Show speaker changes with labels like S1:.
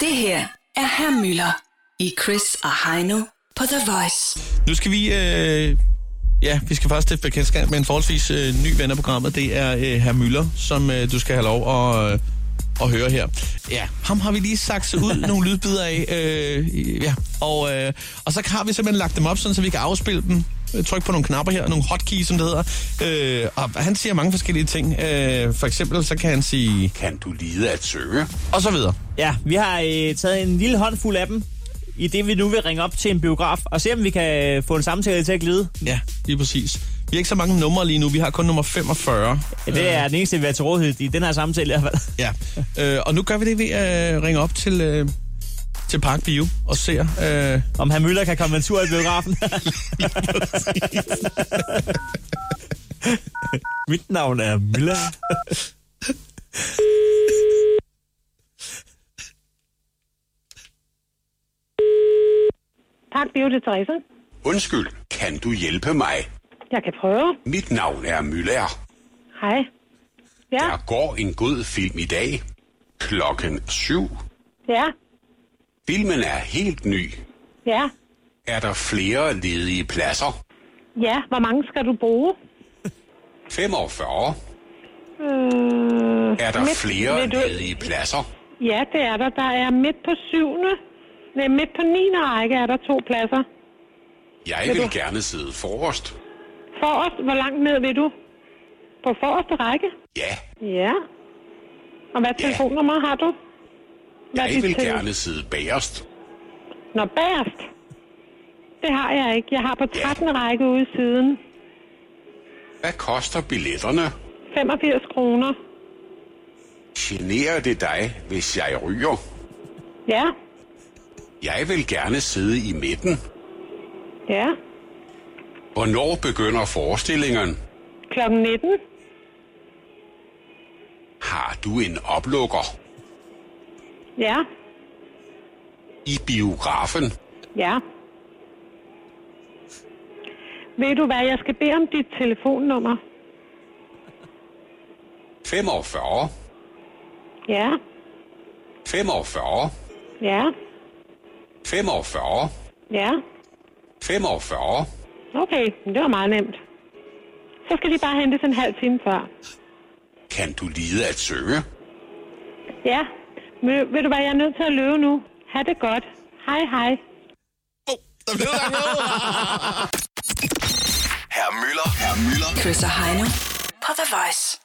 S1: Det her er Herr Møller i Chris og Heino på The Voice.
S2: Nu skal vi... Øh, ja, vi skal faktisk stifte bekendtskab med en forholdsvis øh, ny ven af programmet. Det er øh, herr Møller, som øh, du skal have lov at, øh, at høre her. Ja, ham har vi lige sagt ud nogle lydbider af. Øh, ja, og, øh, og så har vi simpelthen lagt dem op, sådan, så vi kan afspille dem. Øh, Tryk på nogle knapper her, nogle hotkeys, som det hedder. Øh, og han siger mange forskellige ting. Øh, for eksempel, så kan han sige...
S3: Kan du lide at søge?
S2: Og så videre.
S4: Ja, vi har øh, taget en lille håndfuld af dem, i det vi nu vil ringe op til en biograf, og se om vi kan øh, få en samtale til at glide.
S2: Ja, lige præcis. Vi har ikke så mange numre lige nu. Vi har kun nummer 45.
S4: Ja, det er den eneste, vi har til rådighed i den her samtale i hvert fald.
S2: Ja, øh, og nu gør vi det ved at øh, ringe op til, øh, til Park Bio og ser... Øh,
S4: Om herr Møller kan komme en tur i biografen. Mit navn er Møller.
S5: Park Bio, det er Teresa.
S3: Undskyld, kan du hjælpe mig?
S5: Jeg kan prøve.
S3: Mit navn er Müller.
S5: Hej. Ja,
S3: Der går en god film i dag. Klokken syv.
S5: ja,
S3: Filmen er helt ny.
S5: ja,
S3: Er der flere ledige pladser?
S5: ja. Hvor mange skal du bruge?
S3: 45.
S5: Øh,
S3: Er der
S5: midt-
S3: flere
S5: midt ud-
S3: ledige pladser?
S5: Ja, det er der. Der er midt på syvende. Nej, midt på niende række er der to pladser.
S3: Jeg vil gerne sidde forrest.
S5: Forrest, hvor langt ned vil du? På forreste række?
S3: Ja,
S5: Ja. Og hvad telefonnummer har du? Hvad er
S3: jeg
S5: dit
S3: vil
S5: tele-
S3: gerne sidde bagerst.
S5: Nå, bagerst. Det har jeg ikke. Jeg har på 13. række ude i siden.
S3: Hvad koster billetterne?
S5: 85 kroner.
S3: Generer det dig, hvis jeg ryger?
S5: Ja,
S3: Jeg vil gerne sidde i midten.
S5: ja.
S3: Hvornår begynder forestillingen?
S5: Klokken 19.
S3: Har du en oplukker?
S5: Ja,
S3: I biografen?
S5: ja. Ved du hvad, jeg skal bede om dit telefonnummer.
S3: 45,
S5: Ja,
S3: 45,
S5: ja,
S3: 45,
S5: ja.
S3: 45.
S5: Okay, det var meget nemt. Så skal de bare hentes en halv time før.
S3: Kan du lide at synge?
S5: Ja, men ved du hvad, jeg er nødt til at løbe nu. Ha' det godt. Hej, hej.
S2: der blev lagt
S6: Herr Møller. Herr Møller.
S1: Chris og Heino på The Voice.